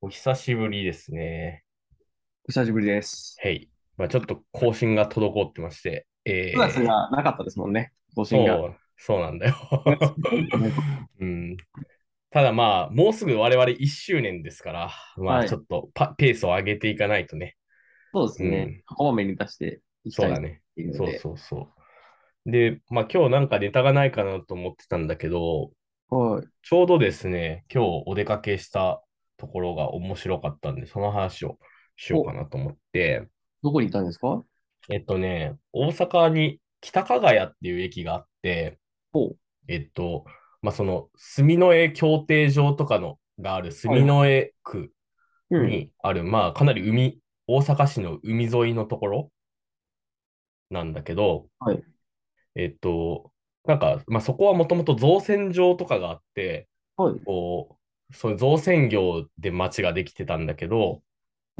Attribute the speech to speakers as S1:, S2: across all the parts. S1: お久しぶりですね。
S2: お久しぶりです。
S1: はい。まあ、ちょっと更新が滞ってまして。えー
S2: 9月がなかったですもんね、更
S1: そ
S2: 新が。
S1: う、そうなんだよ。 うん、ただまあ、もうすぐ我々1周年ですから、ま
S2: は
S1: あ、
S2: い
S1: ちょっとパ、ペースを上げていかないとね。
S2: そうです
S1: う
S2: ね。こまめに出していき
S1: そ
S2: た
S1: う
S2: い
S1: だ
S2: っ
S1: ね。
S2: ていう
S1: そ
S2: の
S1: う
S2: で。
S1: そうそう。で、まあ、今日なんかネタがないかなと思ってたんだけど、
S2: はい。
S1: ちょうどですね、今日お出かけしたところが面白かったんで、その話をしようかなと思って、
S2: どこに行ったんですか
S1: えっとね、大阪に北加賀屋っていう駅があって
S2: ほう、
S1: えっと、まあ、その、住之江競艇場とかのがある住之江区
S2: うん。
S1: にある、まあ、かなり海、大阪市の海沿いのところなんだけど、
S2: はい
S1: えっと、なんか、まあ、そこはもともと造船場とかがあって、
S2: はい。
S1: こう、そういう造船業で町ができてたんだけど、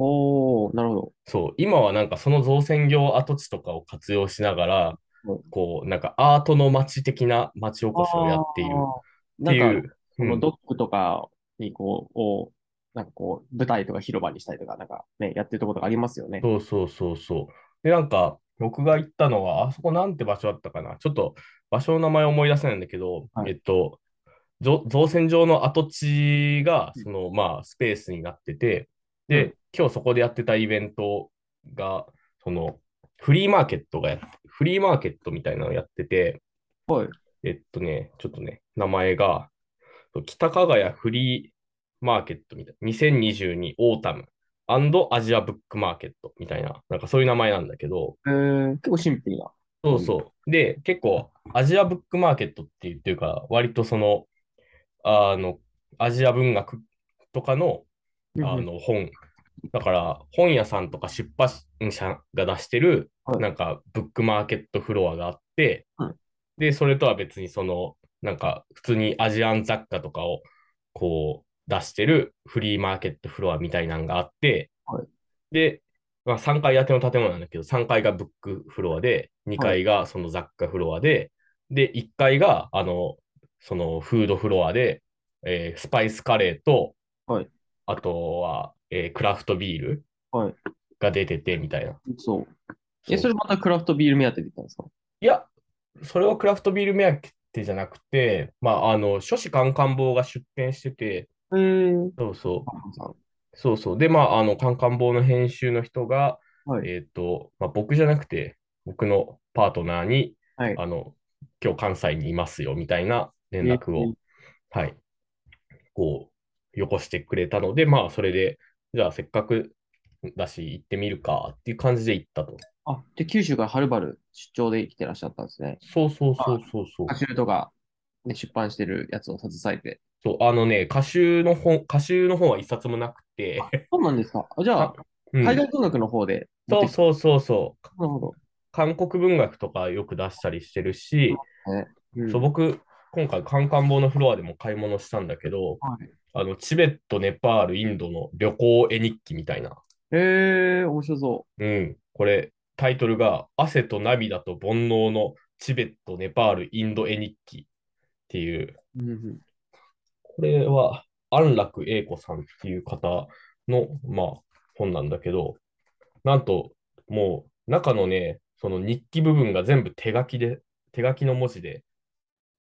S2: おー、なるほど。
S1: そう、今はなんかその造船業跡地とかを活用しながら
S2: うん、
S1: こう、なんかアートの町的な町おこしをやっているっ
S2: あー
S1: て
S2: ないんか、
S1: う、
S2: こ
S1: う
S2: の
S1: ん
S2: ドックとかにこう、をなんかこう、舞台とか広場にしたりとか、なんかね、やってるところとかありますよね。
S1: そうそうそうそう。で、なんか、僕が行ったのは、あそこなんて場所だったかな。ちょっと場所の名前思い出せないんだけど、
S2: はい
S1: えっと、造造船場の跡地が、
S2: うん
S1: その、まあ、スペースになってて、
S2: う
S1: で
S2: ん、
S1: 今日そこでやってたイベントが、その、フリーマーケットがやっフリーマーケットみたいなのをやってて、
S2: はい。
S1: えっとね、ちょっとね、名前が、北加賀屋フリーマーケットみたいな、2022オータムアジアブックマーケットみたいな、なんかそういう名前なんだけど、
S2: えー、結構シンプルな。
S1: そうそう。で、結構、アジアブックマーケットって言ってるから、割とその、あの、アジア文学とかの、あ
S2: うん
S1: の本、だから本屋さんとか出版社が出してる、
S2: はい
S1: なんかブックマーケットフロアがあって
S2: はい、
S1: で、それとは別にその、なんか普通にアジアン雑貨とかをこう出してるフリーマーケットフロアみたいなのがあって
S2: はい、
S1: で、まあ、3階建ての建物なんだけど、3階がブックフロアで、2階がその雑貨フロアで、で、1階があの、そのフードフロアで、えースパイスカレーと、あとは、えークラフトビール
S2: はい
S1: が出ててみたいな。
S2: そう。
S1: そ
S2: え、
S1: う
S2: それまたクラフトビール目当てで行ったんですか
S1: いや、それはクラフトビール目当てじゃなくて、まあ、あの、書士カンカン坊が出店してて、
S2: えー、
S1: そうそ
S2: パンさん。
S1: う、そうそう。で、まあ、あの、カンカン坊の編集の人が、
S2: はい。
S1: えっと、まあ、僕じゃなくて、僕のパートナーに、
S2: はい
S1: あの、今日関西にいますよ、みたいな連絡を、はい、こう、よこしてくれたので、まあ、それで、じゃあ、せっかくだし、行ってみるかっていう感じで行ったと。
S2: あ、で、九州からはるばる出張で来てらっしゃったんですね。
S1: そうそうそうそうそう。
S2: 歌集とか、ね、出版してるやつを携えて。
S1: そう、あのね、歌集の本、歌集の本は一冊もなくて、
S2: そうなんですか。あじゃあ、
S1: うん
S2: 海外文学の方で持
S1: そ
S2: っ
S1: う
S2: てき
S1: そうそうそう。
S2: た。なるほど。
S1: 韓国文学とかよく出したりしてるし、
S2: うん
S1: そう僕、今回、カンカン坊のフロアでも買い物したんだけど、
S2: はい
S1: あの、チベット、ネパール、インドの旅行絵日記みたいな。
S2: えー、面白そ
S1: うん。これ、タイトルが、汗と涙と煩悩のチベット、ネパール、インド絵日記っていう、
S2: う。うんうん
S1: これは安楽英子さんっていう方の、まあ、本なんだけど、なんと、もう中のね、その日記部分が全部手書きで、手書きの文字で、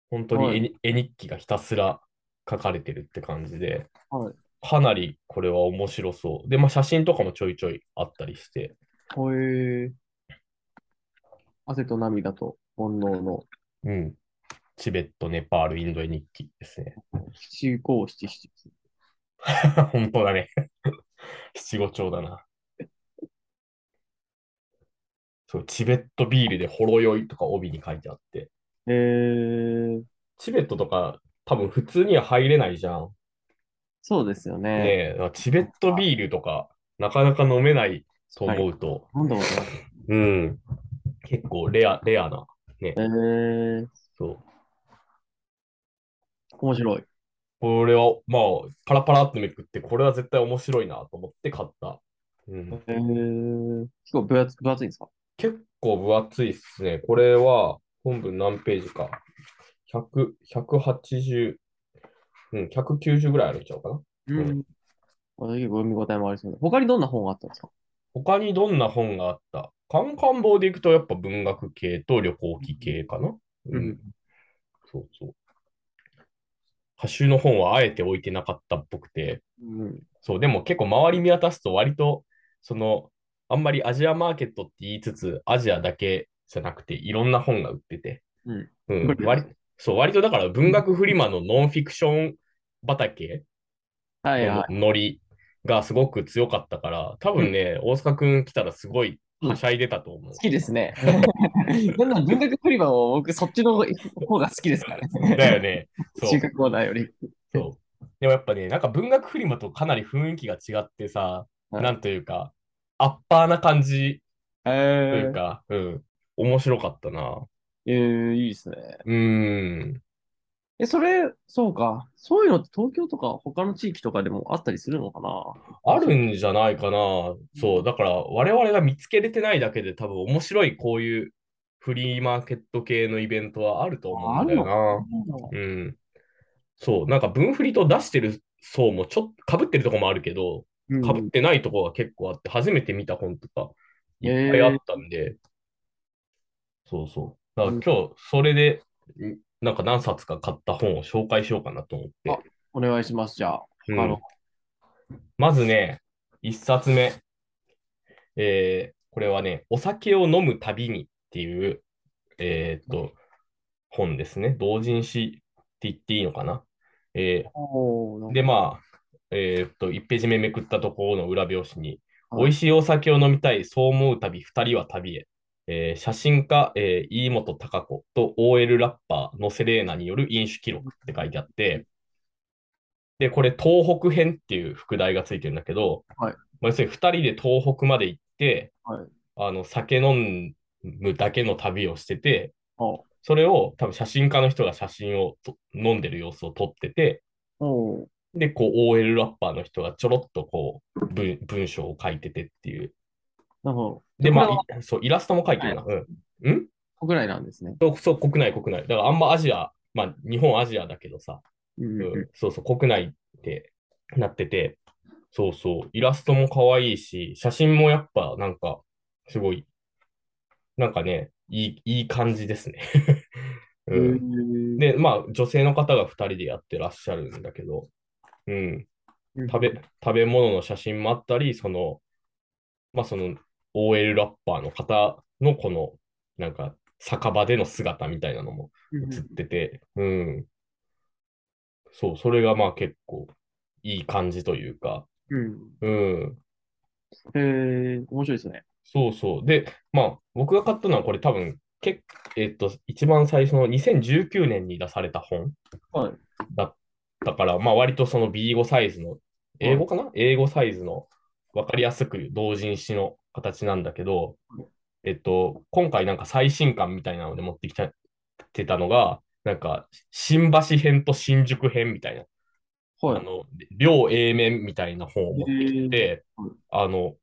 S1: 本当に絵に絵日記がひたすら書かれてるって感じで、
S2: はい
S1: かなりこれは面白そう。で、まあ、写真とかもちょいちょいあったりして、
S2: ほえー。汗と涙と煩悩の
S1: うん。チベット、ネパール、インド絵日記ですね。
S2: 七五七七。
S1: 本当だね。 七五調だな。そう、チベットビールでほろ酔いとか帯に書いてあって。
S2: えー、
S1: チベットとか多分普通には入れないじゃん。
S2: そうですよね。
S1: ねえ、だからチベットビールとかなかなか飲めないと思うと、
S2: なんだろ
S1: うん。結構レア、レアな。
S2: うな。えー、
S1: そう。
S2: 面白い。
S1: これは、まあ、パラパラっとめくって、これは絶対面白いなと思って買った。うん。
S2: えー、結構分厚分厚いんですか
S1: 結構分厚いっすね。これは、本文何ページか。100、180、うん、190ぐらいあるんちゃうかな。
S2: うんまあ結構読み応えもありそうで。他にどんな本があったんですか
S1: 他にどんな本があったカンカン棒でいくとやっぱ文学系と旅行記系かな。
S2: うん
S1: そうそう。歌集の本はあえて置いてなかったっぽくて、
S2: うん。
S1: そう、でも結構周り見渡すと割と、その、あんまりアジアマーケットって言いつつ、アジアだけじゃなくていろんな本が売ってて、
S2: うん。
S1: うん、割、そう、割とだから文学フリマのノンフィクション畑
S2: はい
S1: の
S2: は
S1: ノリがすごく強かったから、多分ね、大塚くん来たらすごいはしゃいでたと思う
S2: い。好。きで すね。なんなら文学フリマを僕そっちの方が好きですからね。
S1: だよ ね。そ
S2: 中
S1: う
S2: 華コーナーより。
S1: そう。でもやっぱね、なんか文学フリマとかなり雰囲気が違ってさ、
S2: はい
S1: なんというか、アッパーな感じとい
S2: え
S1: うか、うん、面白かったな。
S2: えー、いいですね。
S1: うーん。
S2: え、それ、そうか。そういうのって東京とか他の地域とかでもあったりするのかな
S1: あるんじゃないかな。そう。だから、我々が見つけれてないだけで、多分面白いこういうフリーマーケット系のイベントはあると思うんだよな。うん。そう。なんか、分振りと出してる層もちょっと、被ってるとこもあるけど、
S2: うん
S1: 被ってないとこが結構あって、初めて見た本とかいっぱいあったんで、そうそう。だから今日、それで、んなんか何冊か買った本を紹介しようかなと思って。
S2: お願いします、じゃあ。
S1: うん
S2: 他の
S1: まずね、一冊目。えーこれはね、お酒を飲むたびにっていう、えーっと、本ですね。同人誌って言っていいのかな。え
S2: おー
S1: ーで、まあ、えーっと、1ページ目めくったところの裏表紙に、
S2: はい
S1: 美味しいお酒を飲みたい、そう思うたび、二人は旅へ。えー写真家、えー、飯本孝子と OL ラッパーのセレーナによる飲酒記録って書いてあって、で、これ、東北編っていう副題がついてるんだけど、
S2: はい
S1: まあ要するに2人で東北まで行って、
S2: はい
S1: あの酒飲むだけの旅をしてて、
S2: お
S1: それを多分写真家の人が写真をと飲んでる様子を撮ってて、
S2: おー
S1: で、こう、OL ラッパーの人がちょろっとこう、文文章を書いててっていう。
S2: なるほど。
S1: で、ま
S2: これは
S1: あ、いそう、イラストも書いてるな。うん。ん
S2: 国内なんですね。
S1: そう、そう国内、国内。だからあんまアジア、まあ、日本アジアだけどさ、
S2: うん
S1: う
S2: うん
S1: ん、そうそう、国内ってなってて、そうそう、イラストも可愛いし、写真もやっぱなんか、すごい、なんかね、いい、いい感じですね。 うん。
S2: で、
S1: で、まあ、女性の方が2人でやってらっしゃるんだけど、うん、
S2: うん
S1: 食べ食べ物の写真もあったり、その、まあ、その OL ラッパーの方のこの、なんか、酒場での姿みたいなのも映ってて、うん。そう、それがまあ結構いい感じというか、
S2: うん。
S1: うん。
S2: へえ、面白いですね。
S1: そうそう。で、まあ、僕が買ったのはこれ多分、けえっと、一番最初の2019年に出された本。
S2: はい。
S1: だから、まあ、割とその B5 サイズの、英語かな英語サイズの分かりやすく同人誌の形なんだけど
S2: はい、
S1: えっと、今回なんか最新刊みたいなので持ってきたてたのが、なんか、新橋編と新宿編みたいな、あ
S2: はい。
S1: の、両 A 面みたいな本を持ってきて
S2: うん、
S1: あの、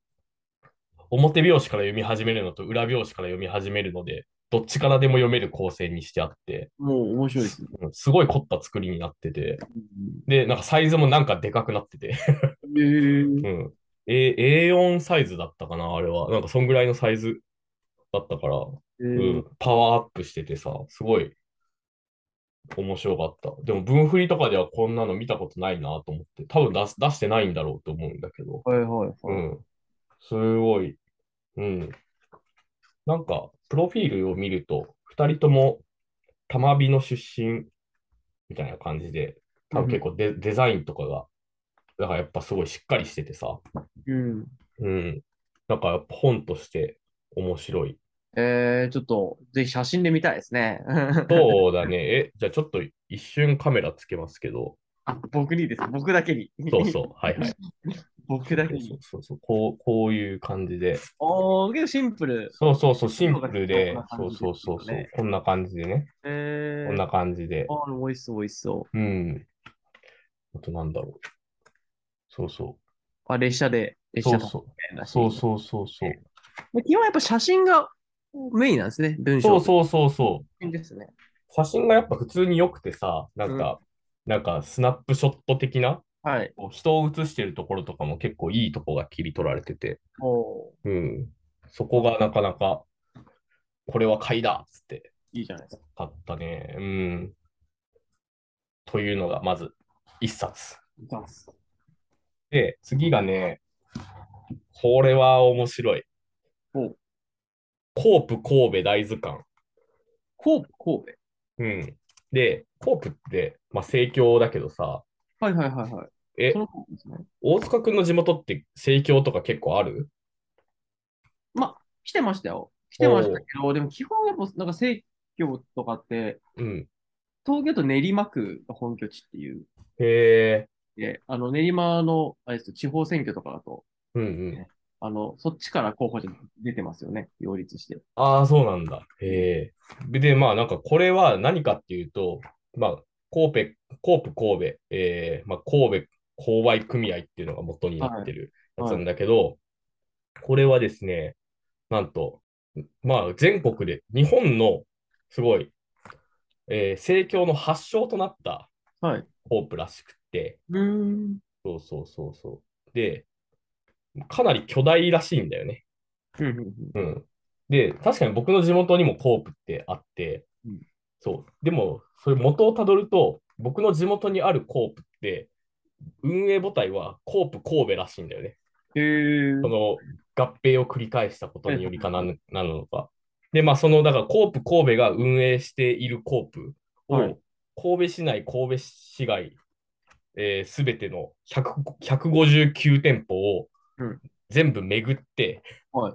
S1: 表表紙から読み始めるのと裏表紙から読み始めるので、どっちからでも読める構成にしてあって、
S2: もう面白いですね。
S1: うんすごい凝った作りになってて、で、なんかサイズもなんかでかくなってて、
S2: へえ
S1: うん。A、A4 サイズだったかな、あれは。なんかそんぐらいのサイズだったから、う
S2: へえ
S1: ん、パワーアップしててさ、すごい面白かった。でも、文振りとかではこんなの見たことないなと思って、多分出す出してないんだろうと思うんだけど、
S2: はいはいは
S1: う
S2: い。
S1: ん。すごい、うん。なんか、プロフィールを見ると、2人とも玉美の出身みたいな感じで、多分結構デ,、デザインとかが、だからやっぱすごいしっかりしててさ、
S2: うん。
S1: うん。なんかやっぱ本として面白い。
S2: えー、ちょっと、ぜひ写真で見たいですね。
S1: そうだ ね。え、じゃあちょっと一瞬カメラつけますけど、
S2: あ、僕にです。僕だけに。
S1: そう そう、はいはい。
S2: 僕だけ
S1: そ
S2: に
S1: う。そうそうこう、こういう感じで、
S2: おー、結構シンプル。
S1: そうそうそう、シンプルで
S2: こんな、感
S1: そう
S2: じです
S1: そ
S2: よ
S1: うそうそう
S2: ね、
S1: こんな感じでね、
S2: え
S1: こん
S2: ー
S1: な、感じで、
S2: あー、美味しそう、美味しそう。
S1: うん。あとなんだろう。そうそ
S2: あ、列車で、
S1: う。
S2: 列
S1: そう
S2: 車と
S1: そう。
S2: みたいなシー
S1: そ
S2: ン
S1: うそうそうそう。
S2: まあ基本やっぱ写真がメインなんですね、文章。
S1: そうそうそうそう。
S2: う。ですね。
S1: 写真がやっぱ普通に良くてさ、なんか、なんかスナップショット的な
S2: はい。
S1: こう人を映してるところとかも結構いいとこが切り取られてて、
S2: お
S1: うん、そこがなかなか、これは買いだっつって
S2: いいじゃないです
S1: 買
S2: か。
S1: ったね。うん。というのがまず一冊。
S2: いかんす。
S1: で、次がね、これは面白い
S2: お。
S1: コープ神戸大図鑑。
S2: 神戸神戸。
S1: うん。で、コープって、まあ、生協だけどさ、
S2: はいはいはいはい。
S1: え
S2: そ、の神戸ですね。
S1: 大塚くんの地元って生協とか結構ある
S2: 来てましたよ。来てましたけど、でも基本やっぱなんか生協とかって、
S1: うん。
S2: 東京都練馬区が本拠地っていう。
S1: へえ。
S2: で、あの練馬の、あれですよ地方選挙とかだと、
S1: うんうん。
S2: あの、そっちから候補者出てますよね。擁立して。
S1: ああ、そうなんだ。へえ。で、まあ、なんかこれは何かっていうと、まあ、神戸、コープ神戸、えーまあ、神戸購買組合っていうのが元になってるやつなんだけど、これはですね、なんと、まあ、全国で、日本のすごい、えー、生協の発祥となった
S2: はい。
S1: コープらしくって、
S2: うーん。
S1: そうそうそうそう。で、かなり巨大らしいんだよね。
S2: うんうんうん
S1: うん。で、確かに僕の地元にもコープってあって、
S2: うん
S1: そう。でも、それ元をたどると、僕の地元にあるコープって、運営母体はコープ神戸らしいんだよね。
S2: へえ。
S1: その合併を繰り返したことによりかななのか。で、まあ、その、だからコープ神戸が運営しているコープを、
S2: はい
S1: 神戸市内、神戸市外、えー、すべての100 159店舗を
S2: うん
S1: 全部巡って、
S2: はい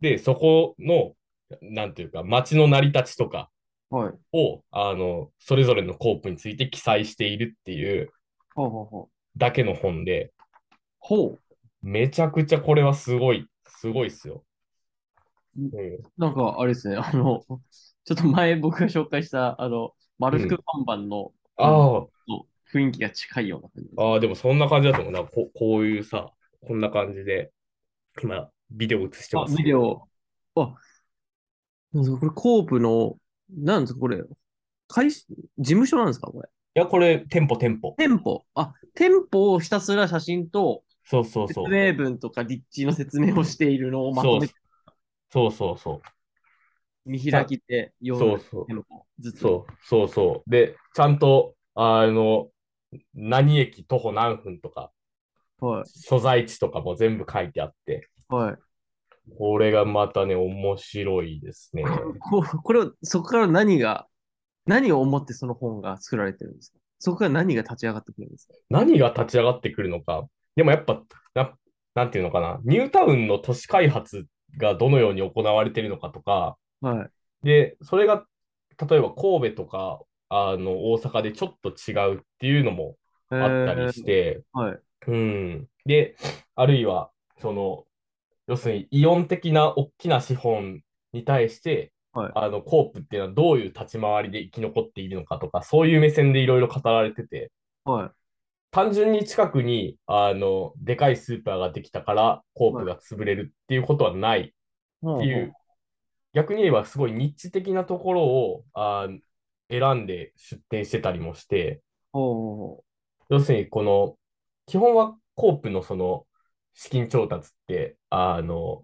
S1: で、そこの、なんていうか、街の成り立ちとか
S2: はい。
S1: を、あの、それぞれのコープについて記載しているっていう
S2: ほうほうほう。
S1: だけの本で、
S2: ほう。
S1: めちゃくちゃこれはすごい、すごいっすよ。
S2: うん
S1: うん
S2: なんか、あれですね、あの、ちょっと前僕が紹介した、あの、丸福看板の
S1: あ
S2: 雰囲気が近いような感じです。
S1: あ、ああ、でもそんな感じだと思う。なんかここういうさ、こんな感じで、今、ビデオ映して
S2: あ、
S1: ます。
S2: ビデ。オ。あ、なんですかこれ、コープの、なんですか、これ、会社、事務所なんですか、こ
S1: い
S2: れ。
S1: や、これ、店舗、店舗。
S2: 店舗。あ、店舗をひたすら写真と、
S1: そうそう
S2: 説
S1: そう。
S2: 明文とか、立地の説明をしているのをまと
S1: そう
S2: めて、
S1: そうそうそう。
S2: 見開きで、用
S1: そう
S2: の
S1: そう。
S2: 店舗ずつ。
S1: そうそうそう。で、ちゃんと、あの、何駅徒歩何分とか、
S2: はい、
S1: 所在地とかも全部書いてあって、
S2: はい。
S1: これがまたね、面白いですね。
S2: ここれを、そこから何が、何を思ってその本が作られてるんですかそこから何が立ち上がってくるんですか
S1: 何が立ち上がってくるのか。でもやっぱ、ななんていうのかな、ニュータウンの都市開発がどのように行われているのかとか、
S2: はい。
S1: で、それが例えば神戸とかあの大阪でちょっと違うっていうのもあったりし
S2: え
S1: て、
S2: ーはい。
S1: うん。で、あるいは、その、要するにイオン的な大きな資本に対して、
S2: はい
S1: あのコープっていうのはどういう立ち回りで生き残っているのかとか、そういう目線でいろいろ語られてて、
S2: はい。
S1: 単純に近くにあのでかいスーパーができたからコープが潰れるっていうことはないっていう、逆に言えばすごいニッチ的なところをあー選んで出店してたりもして
S2: ほ
S1: 要するにこの基本はコープのその資金調達ってあの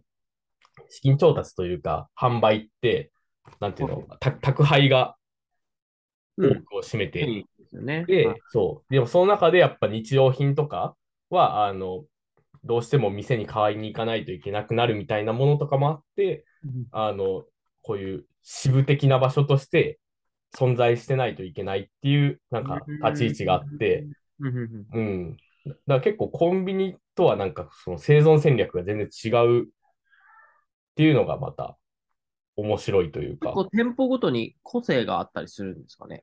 S1: 資金調達というか販売ってなんていうのた宅配が
S2: う
S1: 多
S2: ん。
S1: くを占めて
S2: いいですよね。
S1: で、
S2: はい
S1: そう。でもその中でやっぱ日用品とかは、あの、どうしても店に買いに行かないといけなくなるみたいなものとかもあって、
S2: うん
S1: あの、こういう支部的な場所として存在してないといけないっていう、なんか立ち位置があって、
S2: うんうんうん
S1: うん。だから結構コンビニとはなんかその生存戦略が全然違うっていうのがまた面白いというか
S2: 結。構店舗ごとに個性があったりするんですかね。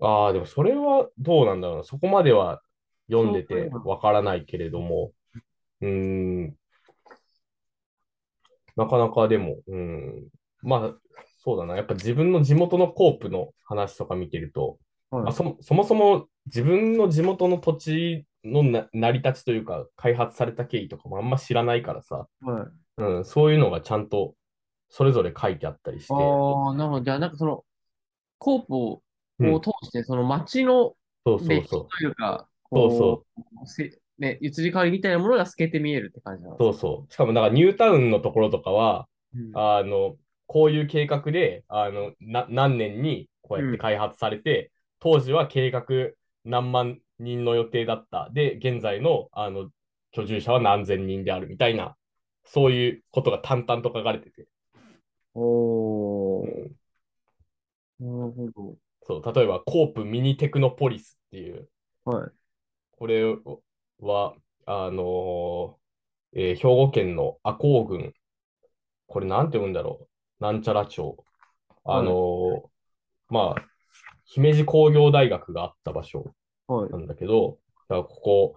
S1: ああ、でもそれはどうなんだろうな。そこまでは読んで
S2: そう
S1: て
S2: かな
S1: わからないけれども、うーん、なかなかでも、うーん、まあ、そうだな。やっぱ自分の地元のコープの話とか見てると、
S2: はい
S1: まあ、そ、そもそも自分の地元の土地のな成り立ちというか、開発された経緯とかもあんま知らないからさ、
S2: はい、
S1: うん、そういうのがちゃんとそれぞれ書いてあったりして、
S2: ああ、なるほど。じゃあ、なんかその、コープを
S1: うん
S2: を通して、その街の
S1: そうそう
S2: 歴史
S1: そう
S2: と。いうか、。
S1: そうそう
S2: せね、移り変わりみたいなものが透けて見えるって感じなの。
S1: そうそう。しかも、なんかニュータウンのところとかは、
S2: うん
S1: あの、こういう計画で、あの、な何年にこうやって開発されて、当時は計画何万人の予定だった。で、現在の、あの、居住者は何千人であるみたいな、そういうことが淡々と書かれてて。
S2: お
S1: う
S2: ー
S1: ん
S2: なるほど。
S1: そう、例えば、コープミニテクノポリスっていう、
S2: はい。
S1: これは、あのーえー兵庫県の赤穂郡、これなんて読むんだろう、なんちゃら町、あのーまあ、姫路工業大学があった場所
S2: はい
S1: な。んだけど、だからここ、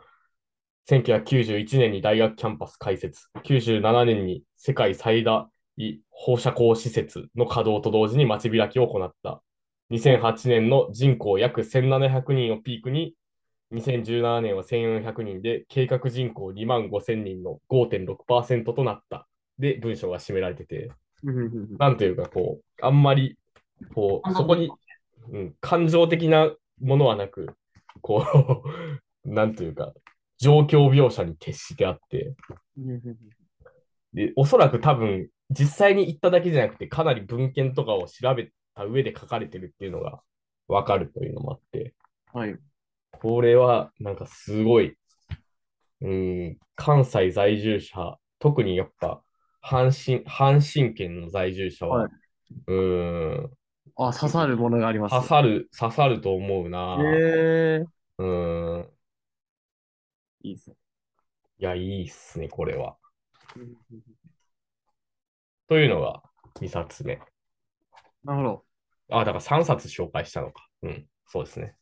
S1: 1991年に大学キャンパス開設、97年に世界最大放射光施設の稼働と同時に街開きを行った。2008年の人口約1700人をピークに、2017年は1400人で、計画人口2万5000人の5.6%となった。で、文章が占められてて、
S2: うんうんうん
S1: なんていうか、こう、あんまり、こう、
S2: あ
S1: そこに、うん、感情的なものはなく、こう、 なんというか、状況描写に徹してあって、
S2: うんうんうん
S1: で、おそらく多分、実際に行っただけじゃなくて、かなり文献とかを調べた上で書かれてるっていうのがわかるというのもあって、
S2: はい。
S1: これはなんかすごい、うん、関西在住者、特にやっぱ阪神、阪神圏の在住者は、
S2: は
S1: うん、
S2: あ、刺さるものがあります。
S1: 刺さる、刺さると思うな。
S2: へえ
S1: うん。
S2: いいですね。
S1: いや、いいっすね、これは。
S2: うんうんうん
S1: というのが2冊目。
S2: なるほど。
S1: あ、だから3冊紹介したのか。うん、そうですね。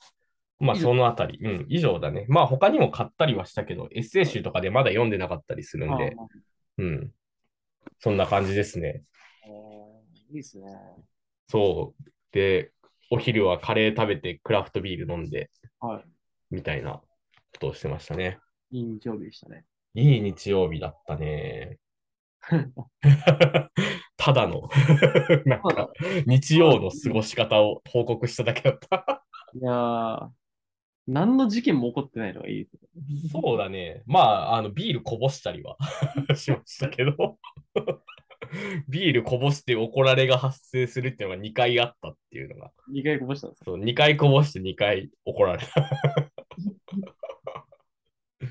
S1: まあ、
S2: 以上
S1: そのあたり、うん、以上だね。まあ、他にも買ったりはしたけど、エッセイ集とかでまだ読んでなかったりするん
S2: あ
S1: で、うん。そんな感じですね。
S2: いいですね。
S1: そう。で、お昼はカレー食べて、クラフトビール飲んで、
S2: はい。
S1: みたいなことをしてましたね。
S2: いい日曜日でしたね。
S1: いい日曜日だったね。 ただのなんか日曜の過ごし方を報告しただけだった。
S2: いやー、何の事件も起こってないのがいいですね。
S1: そうだね。まあ、あのビールこぼしたりは しましたけど、 ビールこぼして怒られが発生するっていうのが2回あったっていうのが、
S2: 2回こぼしたんですか
S1: そう2回こぼして2回怒られ た。うん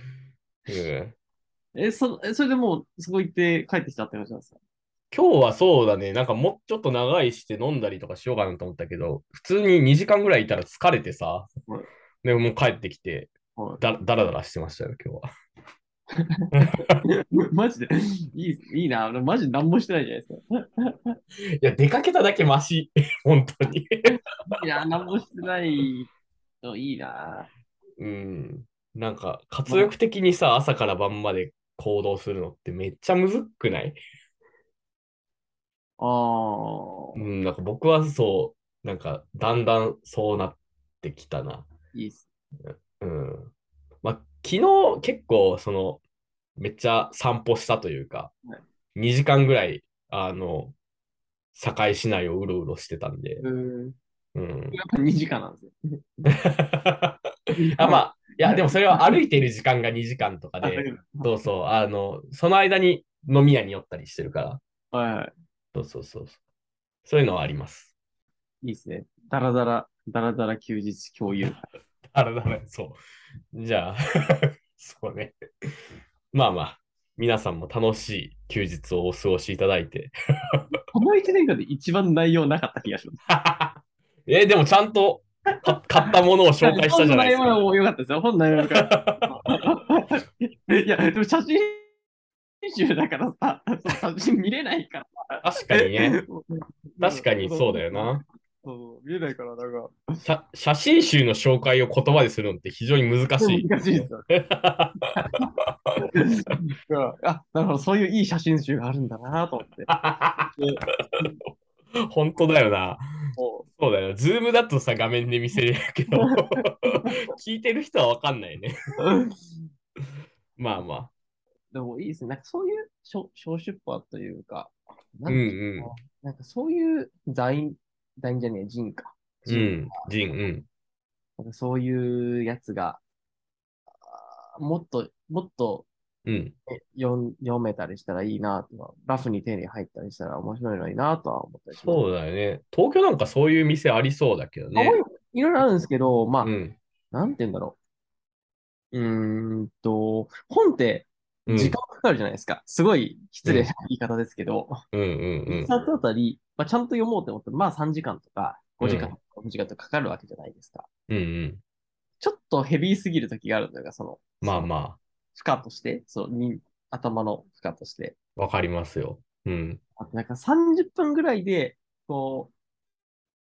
S2: え、そ、えそれでもう、そこ行って帰ってきたって話なんですか
S1: 今日はそうだね、なんかもうちょっと長いして飲んだりとかしようかなと思ったけど、普通に2時間ぐらいいたら疲れてさ
S2: はい、
S1: でもう帰ってきて、
S2: は
S1: だだらだらしてましたよ、今日は。
S2: い。マジで、 いい、いいな。マジで何もしてないじゃないです
S1: いや、出かけただけマシ、 本当に。
S2: か。いいな、何もしてないのいいな。
S1: うん。なんか、活力的にさ、朝から晩まで行動するのってめっちゃむずっくない
S2: あー
S1: う、ん、なんか僕はそう、なんか、だんだんそうなってきたな。
S2: いいっす。
S1: うん。まあ、昨日結構、その、めっちゃ散歩したというか、
S2: はい
S1: 2時間ぐらい、あの、堺市内をうろうろしてたんで、
S2: うん。
S1: うん。
S2: やっぱ2時間なんですよ。
S1: あ、 まあ、いや、でもそれは歩いてる時間が2時間とか
S2: あ、
S1: で、そうそう、あの、その間に飲み屋に寄ったりしてるから、
S2: はいは
S1: そうそうそうそう。そういうのはあります。
S2: い。いいですね。だらだら、だらだら休日共有。
S1: あらだら、そう。じゃあ、 そうね。まあまあ、皆さんも楽しい休日をお過ごしいただいて。
S2: この1年間で一番内容なかった気がします。
S1: え、でもちゃんとか買ったものを紹介したじゃないです
S2: 本の内容
S1: か。
S2: も良かったですよ。本の内容も良かった。 いや、でも写真集だからさ、写真見れないから。
S1: 確かに ね。確かにそうだよ
S2: そう。
S1: な。
S2: そう見れないから、なんか。
S1: 写写真集の紹介を言葉でするのって非常に難しい。
S2: 難しいです よ。うんあ、なるほど、そういういい写真集があるんだなと思って。
S1: 本当だよな。
S2: も
S1: そうだよ。ズームだとさ、画面で見せれるけ ど、聞いてる人は分かんないね。
S2: う
S1: まあま
S2: でもいいですね。なんかそういう小小出版というか、
S1: あ。
S2: な
S1: うん
S2: んか
S1: うん。
S2: なんかそういう在員、在員じゃねえ、人か。
S1: うん。ジン、うん。
S2: なんかそういうやつがもっと、もっと
S1: うん。
S2: 読ん読めたりしたらいいなとか、ラフに手に入ったりしたら面白いのになとは思ったりします。
S1: そうだよね。東京なんかそういう店ありそうだけどね
S2: まあ。いろいろあるんですけど、まあ、
S1: うん。
S2: なんて言うんだろう。うーんと、本って
S1: うん
S2: 時間かかるじゃないですか。すごい失礼な言い方ですけど、
S1: うんうん
S2: 一冊あたり、まあ、ちゃんと読もうと思っても、まあ3時間とか5時間とか6時間とかかかるわけじゃないですか。
S1: うん。うんうん。
S2: ちょっとヘビーすぎる時があるというか、その、
S1: まあま
S2: 負荷として、そのに頭の負荷として。
S1: あ、わかりますよ。うん。
S2: あなんか30分ぐらいで、こう、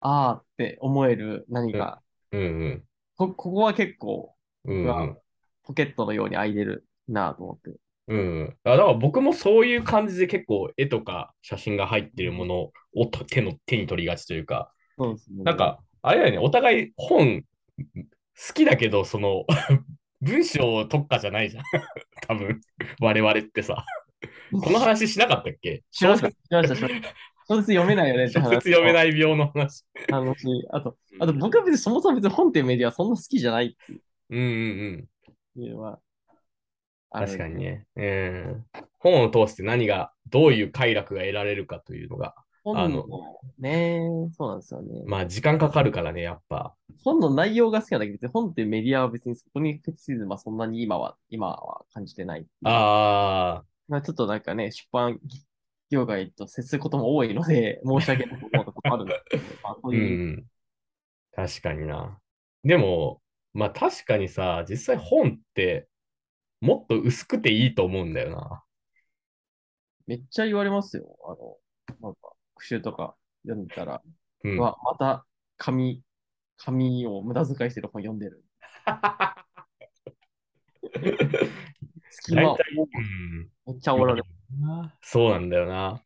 S2: あーって思える何か、
S1: うんうん。
S2: こここは結構
S1: うん
S2: う
S1: う
S2: わ
S1: ん。
S2: ポケットのように空いてるなと思って。
S1: うん。あ、だから僕もそういう感じで結構絵とか写真が入ってるものをと手の手に取りがちというか、
S2: そうですね。
S1: なん、か、あれだよね、お互い本好きだけど、その 文章特化じゃないじゃん。 多分我々ってさ。この話しなかったっけ
S2: しました、しました、しました。小説読めないよねって
S1: 直
S2: 話。
S1: 接読めない病の話。
S2: 話。あと、あと僕は別にそもそも別に本っていうメディアはそんな好きじゃないっ
S1: うんうんうん。
S2: ていうのは。ある
S1: 確かに。ね。うん。本を通して何が、どういう快楽が得られるかというのが、あ
S2: 本
S1: の
S2: の、ねそうなんですよね。
S1: まあ時間かかるからね、やっぱ。
S2: 本の内容が好きなんだけど、別に本っていうメディアは別にそこにフェチシズムはそんなに今は、今は感じてない。
S1: ああ、
S2: まあ、ちょっとなんかね、出版業界と接することも多いので、申し訳ないこともある んですけど、まあ、そ
S1: う
S2: ういう、
S1: ん。確かにな。でも、まあ確かにさ、実際本って、もっと薄くていいと思うんだよな。
S2: めっちゃ言われますよ。あの、なんか、復習とか読んでたら、
S1: うん。
S2: うわ、また紙、紙を無駄遣いしてる本読ん でる。隙間
S1: 大
S2: を
S1: 体、うん。
S2: めっちゃおられる。
S1: そうなんだよ な。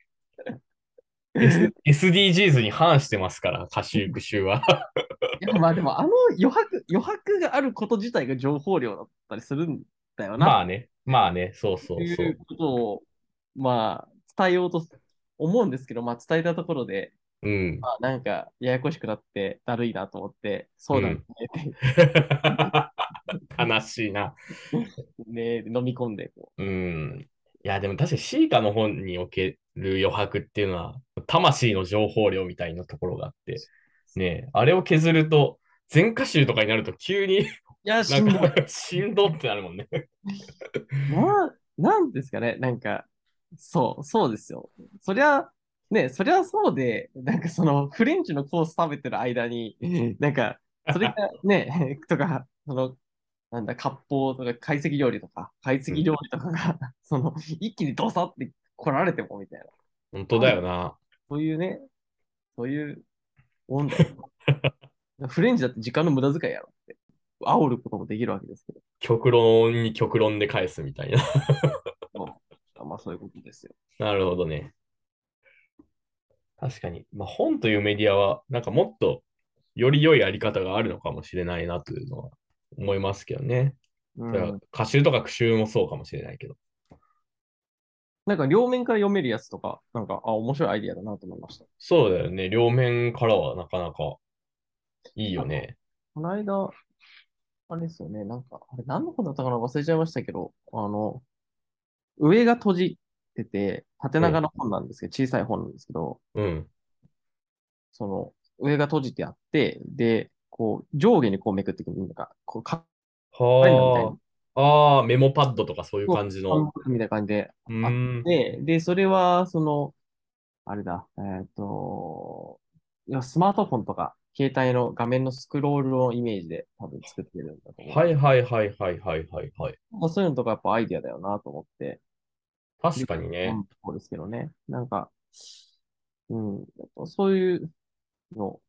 S1: S- SDGs に反してますから、歌集句集は。
S2: いやまあでも、あの余白、余白があること自体が情報量だったりするんだよ な。
S1: まあね、まあね、そうそ
S2: って
S1: うそ
S2: いう
S1: う。
S2: ことを、まあ、伝えようと思うんですけど、まあ、伝えたところで、
S1: うん。
S2: まあ、なんか、ややこしくなって、だるいなと思って、そうなんですね、
S1: 悲しいな。
S2: ね飲み込んで、こ
S1: うん。いや、でも確かにシーカの本における余白っていうのは、魂の情報量みたいなところがあって、ねえあれを削ると、全歌集とかになると急 に
S2: う。いや、し
S1: なん
S2: んどい。
S1: かしんどってなるもん ね。
S2: な、なんですかね、なんか、そう、そうですよ。そりゃ、ね、そりゃそうで、なんかその、フレンチのコース食べてる間に、なんか、それがね、 とか、その、なんだ、割烹とか、懐石料理とか、懐石料理とかが、 その、一気にドサって来られてもみたいな、
S1: 本当だよな。
S2: そういうね、そういう温度。 フレンチだって時間の無駄遣いやろって、煽ることもできるわけですけ
S1: 極論に極論で返すみたいな。
S2: ど、まあそういうことですよ。
S1: なるほどね。確かに。まあ、本というメディアは、なんかもっとより良いあり方があるのかもしれないなというのは思いますけどね。
S2: う
S1: だから
S2: ん、
S1: 歌集とか句集もそうかもしれないけど。
S2: なんか両面から読めるやつとか、なんか、あ、面白いアイディアだなと思いました。
S1: そうだよね。両面からはなかなかいいよね。
S2: この間、あれですよね、なんか、あれ何の本だったかな忘れちゃいましたけど、あの、上が閉じてて、縦長の本なんですけど、小さい本なんですけど、
S1: うん。
S2: その、上が閉じてあって、で、こう、上下にこうめくっていくるなんか、こう、かいのみた
S1: は
S2: いな
S1: あ。ああー、メモパッドとかそういう感じの。
S2: みたいな感じで、
S1: うーん。
S2: で、で、それは、その、あれだ、えっと、いやスマートフォンとか、携帯の画面のスクロールのイメージで多分作ってるんだと思う。
S1: はいはいはいはいはいはいはい。
S2: まあ、そういうのとかやっぱアイディアだよなと思って、
S1: 確かにね。
S2: そうですけどね。なんか、うん、やっぱそういうの、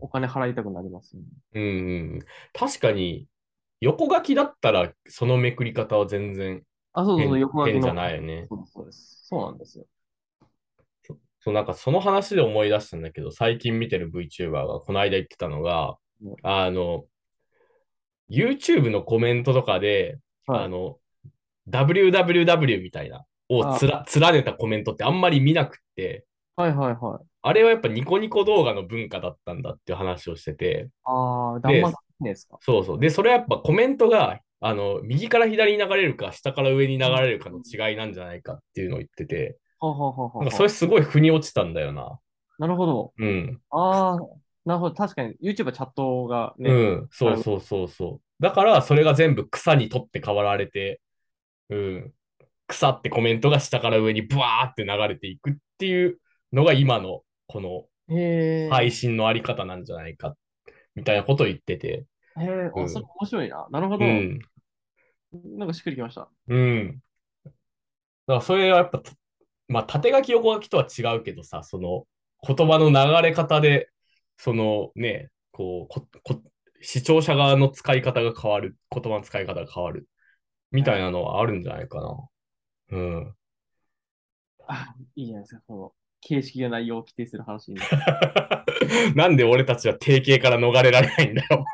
S2: お金払いたくなりますよね。
S1: うんうん。確かに、横書きだったら、そのめくり方は全然
S2: あ、そうそうそう、
S1: 変
S2: 横書き
S1: 変じ
S2: の。
S1: ゃないよね。
S2: そうですそうです。そうなんですよ。
S1: そう、なんかその話で思い出したんだけど、最近見てる VTuber がこの間言ってたのが
S2: うん、
S1: あの、YouTube のコメントとかで、
S2: はい
S1: あの、www みたいな、をつら、連ねたコメントってあんまり見なくって、
S2: はいはいはい。
S1: あれはやっぱニコニコ動画の文化だったんだっていう話をしてて、
S2: ああ、
S1: で
S2: 断末いいですか。
S1: そうそう。で、それはやっぱコメントがあの、右から左に流れるか、下から上に流れるかの違いなんじゃないかっていうのを言ってて、
S2: ほうほうほうほう
S1: なんかそれすごい腑に落ちたんだよな。
S2: なるほど。
S1: うん。
S2: ああ、なるほど。確かに YouTube はチャットがね、
S1: うん。そうそうそうそう。だから、それが全部草に取って変わられて、うん。草ってコメントが下から上にブワーって流れていくっていうのが今のこの
S2: へえ。
S1: 配信のあり方なんじゃないか、みたいなことを言ってて。
S2: へえ、
S1: う
S2: あ、
S1: ん
S2: それ面白いな。なるほ
S1: う
S2: ど。
S1: ん。
S2: なんかしっくりきました。
S1: うん。だからそれはやっぱ、まあ、縦書き横書きとは違うけどさ、その言葉の流れ方で、そのね、こう、こ、こ、視聴者側の使い方が変わる、言葉の使い方が変わる、みたいなのはあるんじゃないかな。うん。
S2: あ、いいじゃないですか。この形式や内容を規定する話に。
S1: なんで俺たちは定型から逃れられないんだ よ。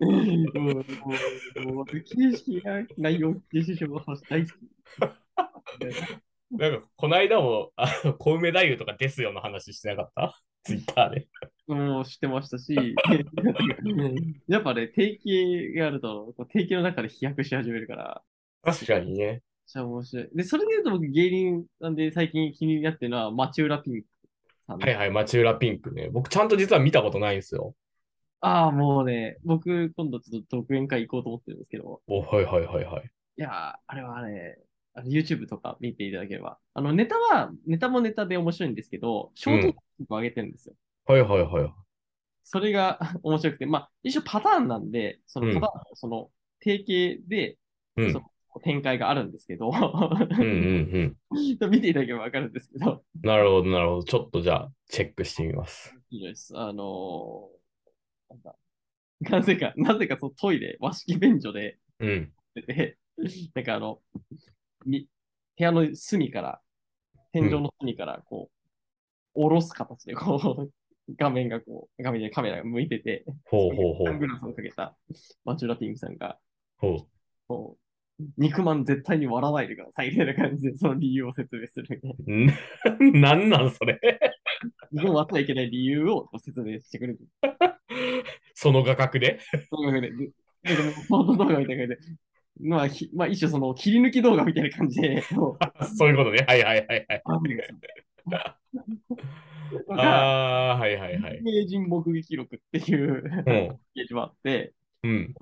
S2: もうもうもう形式や内容を規定してしまう話大好き。
S1: なんか、この間も、あの、小梅太夫とかですよの話してなかったツイッターで。
S2: もう知ってましたし、やっぱね、定型があると、こう定型の中で飛躍し始めるから、
S1: 確かにね。
S2: めっちゃ面白い。で、それで言うと僕芸人なんで最近気になってるのは、町浦ピンクさん
S1: はい
S2: ね。
S1: はい、町浦ピンクね。僕、ちゃんと実は見たことないんですよ。
S2: ああ、もうね、僕今度ちょっと独演会行こうと思ってるんですけど、
S1: お、はいはいはいはい。
S2: いやー、あれはね、あの YouTube とか見ていただければ、あのネタは、ネタもネタで面白いんですけど、ショートトークを上げてるんですよ。
S1: はいはいはい。
S2: それが 面白くて、まあ、一応パターンなんで、そのパターン、その定型で
S1: うん。
S2: そう展開があるんですけど、
S1: うんうんう ん。
S2: 見ていただければわかるんですけど、
S1: なるほどなるほど。ちょっとじゃあ、チェックしてみます。
S2: いいです。あのーなんかなぜか、なぜかそのトイレ、和式便所で
S1: うん。
S2: 出て、なんかあの、み部屋の隅から、天井の隅から、こう、下ろす形で、こう、画面がこう、画面でカメラが向いてて、
S1: ほうほうほ
S2: サング
S1: う。
S2: ラスをかけたマチュラピンクさんが、
S1: ほう
S2: こう、肉まん絶対に割らないでくださいみたいな感じで、その理由を説明するみたいな。
S1: ん なんなんそれ
S2: 肉を割っちゃいけない理由を説明してくれる。
S1: その画角で
S2: 動画で、でででもポート動画みたいな感じで、まあ、ひまあ、一種その切り抜き動画みたいな感じで、 もう、
S1: そういうことね。はいはいはいはい。
S2: あるんですよ。とか、
S1: ああー、はいはいはい。
S2: 名人目撃録っていう
S1: うん。
S2: ページもあって、
S1: うん。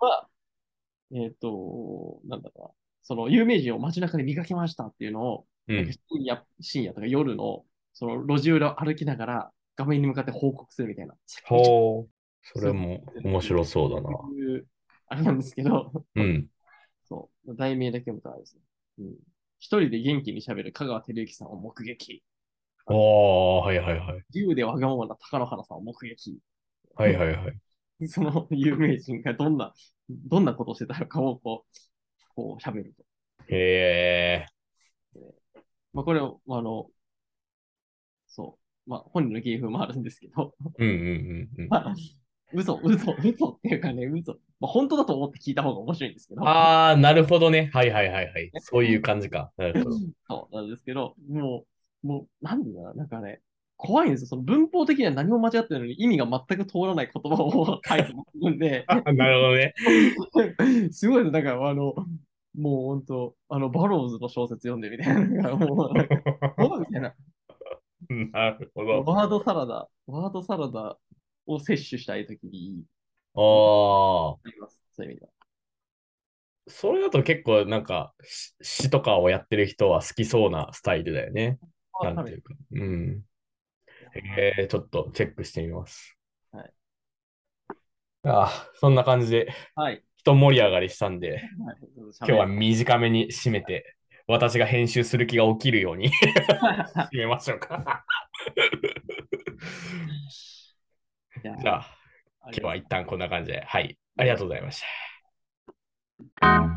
S2: えっ、と、なんだかな、その有名人を街中で見かけましたっていうのを、
S1: う
S2: なんか
S1: ん。
S2: 深夜深夜とか夜の、その路地裏を歩きながら、画面に向かって報告するみたいな。
S1: ほう。それも面白そうだな。
S2: そういう、あれなんですけど、
S1: うん。
S2: そう。題名だけ読むとあれですね。うん。一人で元気に喋る香川照之さんを目撃。
S1: ああ、はいはいはい。
S2: 竜でわがままな高野花さんを目撃。
S1: はいはいはい。
S2: その有名人がどんな、どんなことをしてたのかをこう、こう喋ると。
S1: へえ。
S2: まあこれを、あの、そう。まあ本人の芸風もあるんですけど、
S1: うんうんうんうん。
S2: まあ、嘘、嘘、嘘っていうかね、嘘。まあ本当だと思って聞いた方が面白いんですけど、
S1: ああ、なるほどね。はいはいはいはい。そういう感じか。なるほど。
S2: そうなんですけど、もう、もう、なんでだろうなんかね、怖いんですよ。その文法的には何も間違ってないのに意味が全く通らない言葉を書いてますんで、
S1: あ なるほどね。
S2: すごいです。だから、あの、もう本当、あの、バローズの小説読んでみたいな、なんかもう、なんかおみたいな、
S1: なるほど。
S2: ワードサラダ、ワードサラダを摂取したいときに
S1: ああ、
S2: あります。そういう意味では。
S1: それだと結構なんか詩詩とかをやってる人は好きそうなスタイルだよね。なんていうか。うん。えー、ちょっとチェックしてみます。
S2: はい。
S1: ああ、そんな感じで、
S2: はい。
S1: 人盛り上がりしたんで、
S2: はい、
S1: 今日は短めに締めて、私が編集する気が起きるよう に 締めましょうか。
S2: じゃ
S1: じ
S2: あ
S1: ゃあ、今日は一旦こんな感じで、はい。ありがとうございました。
S2: ありがとうございます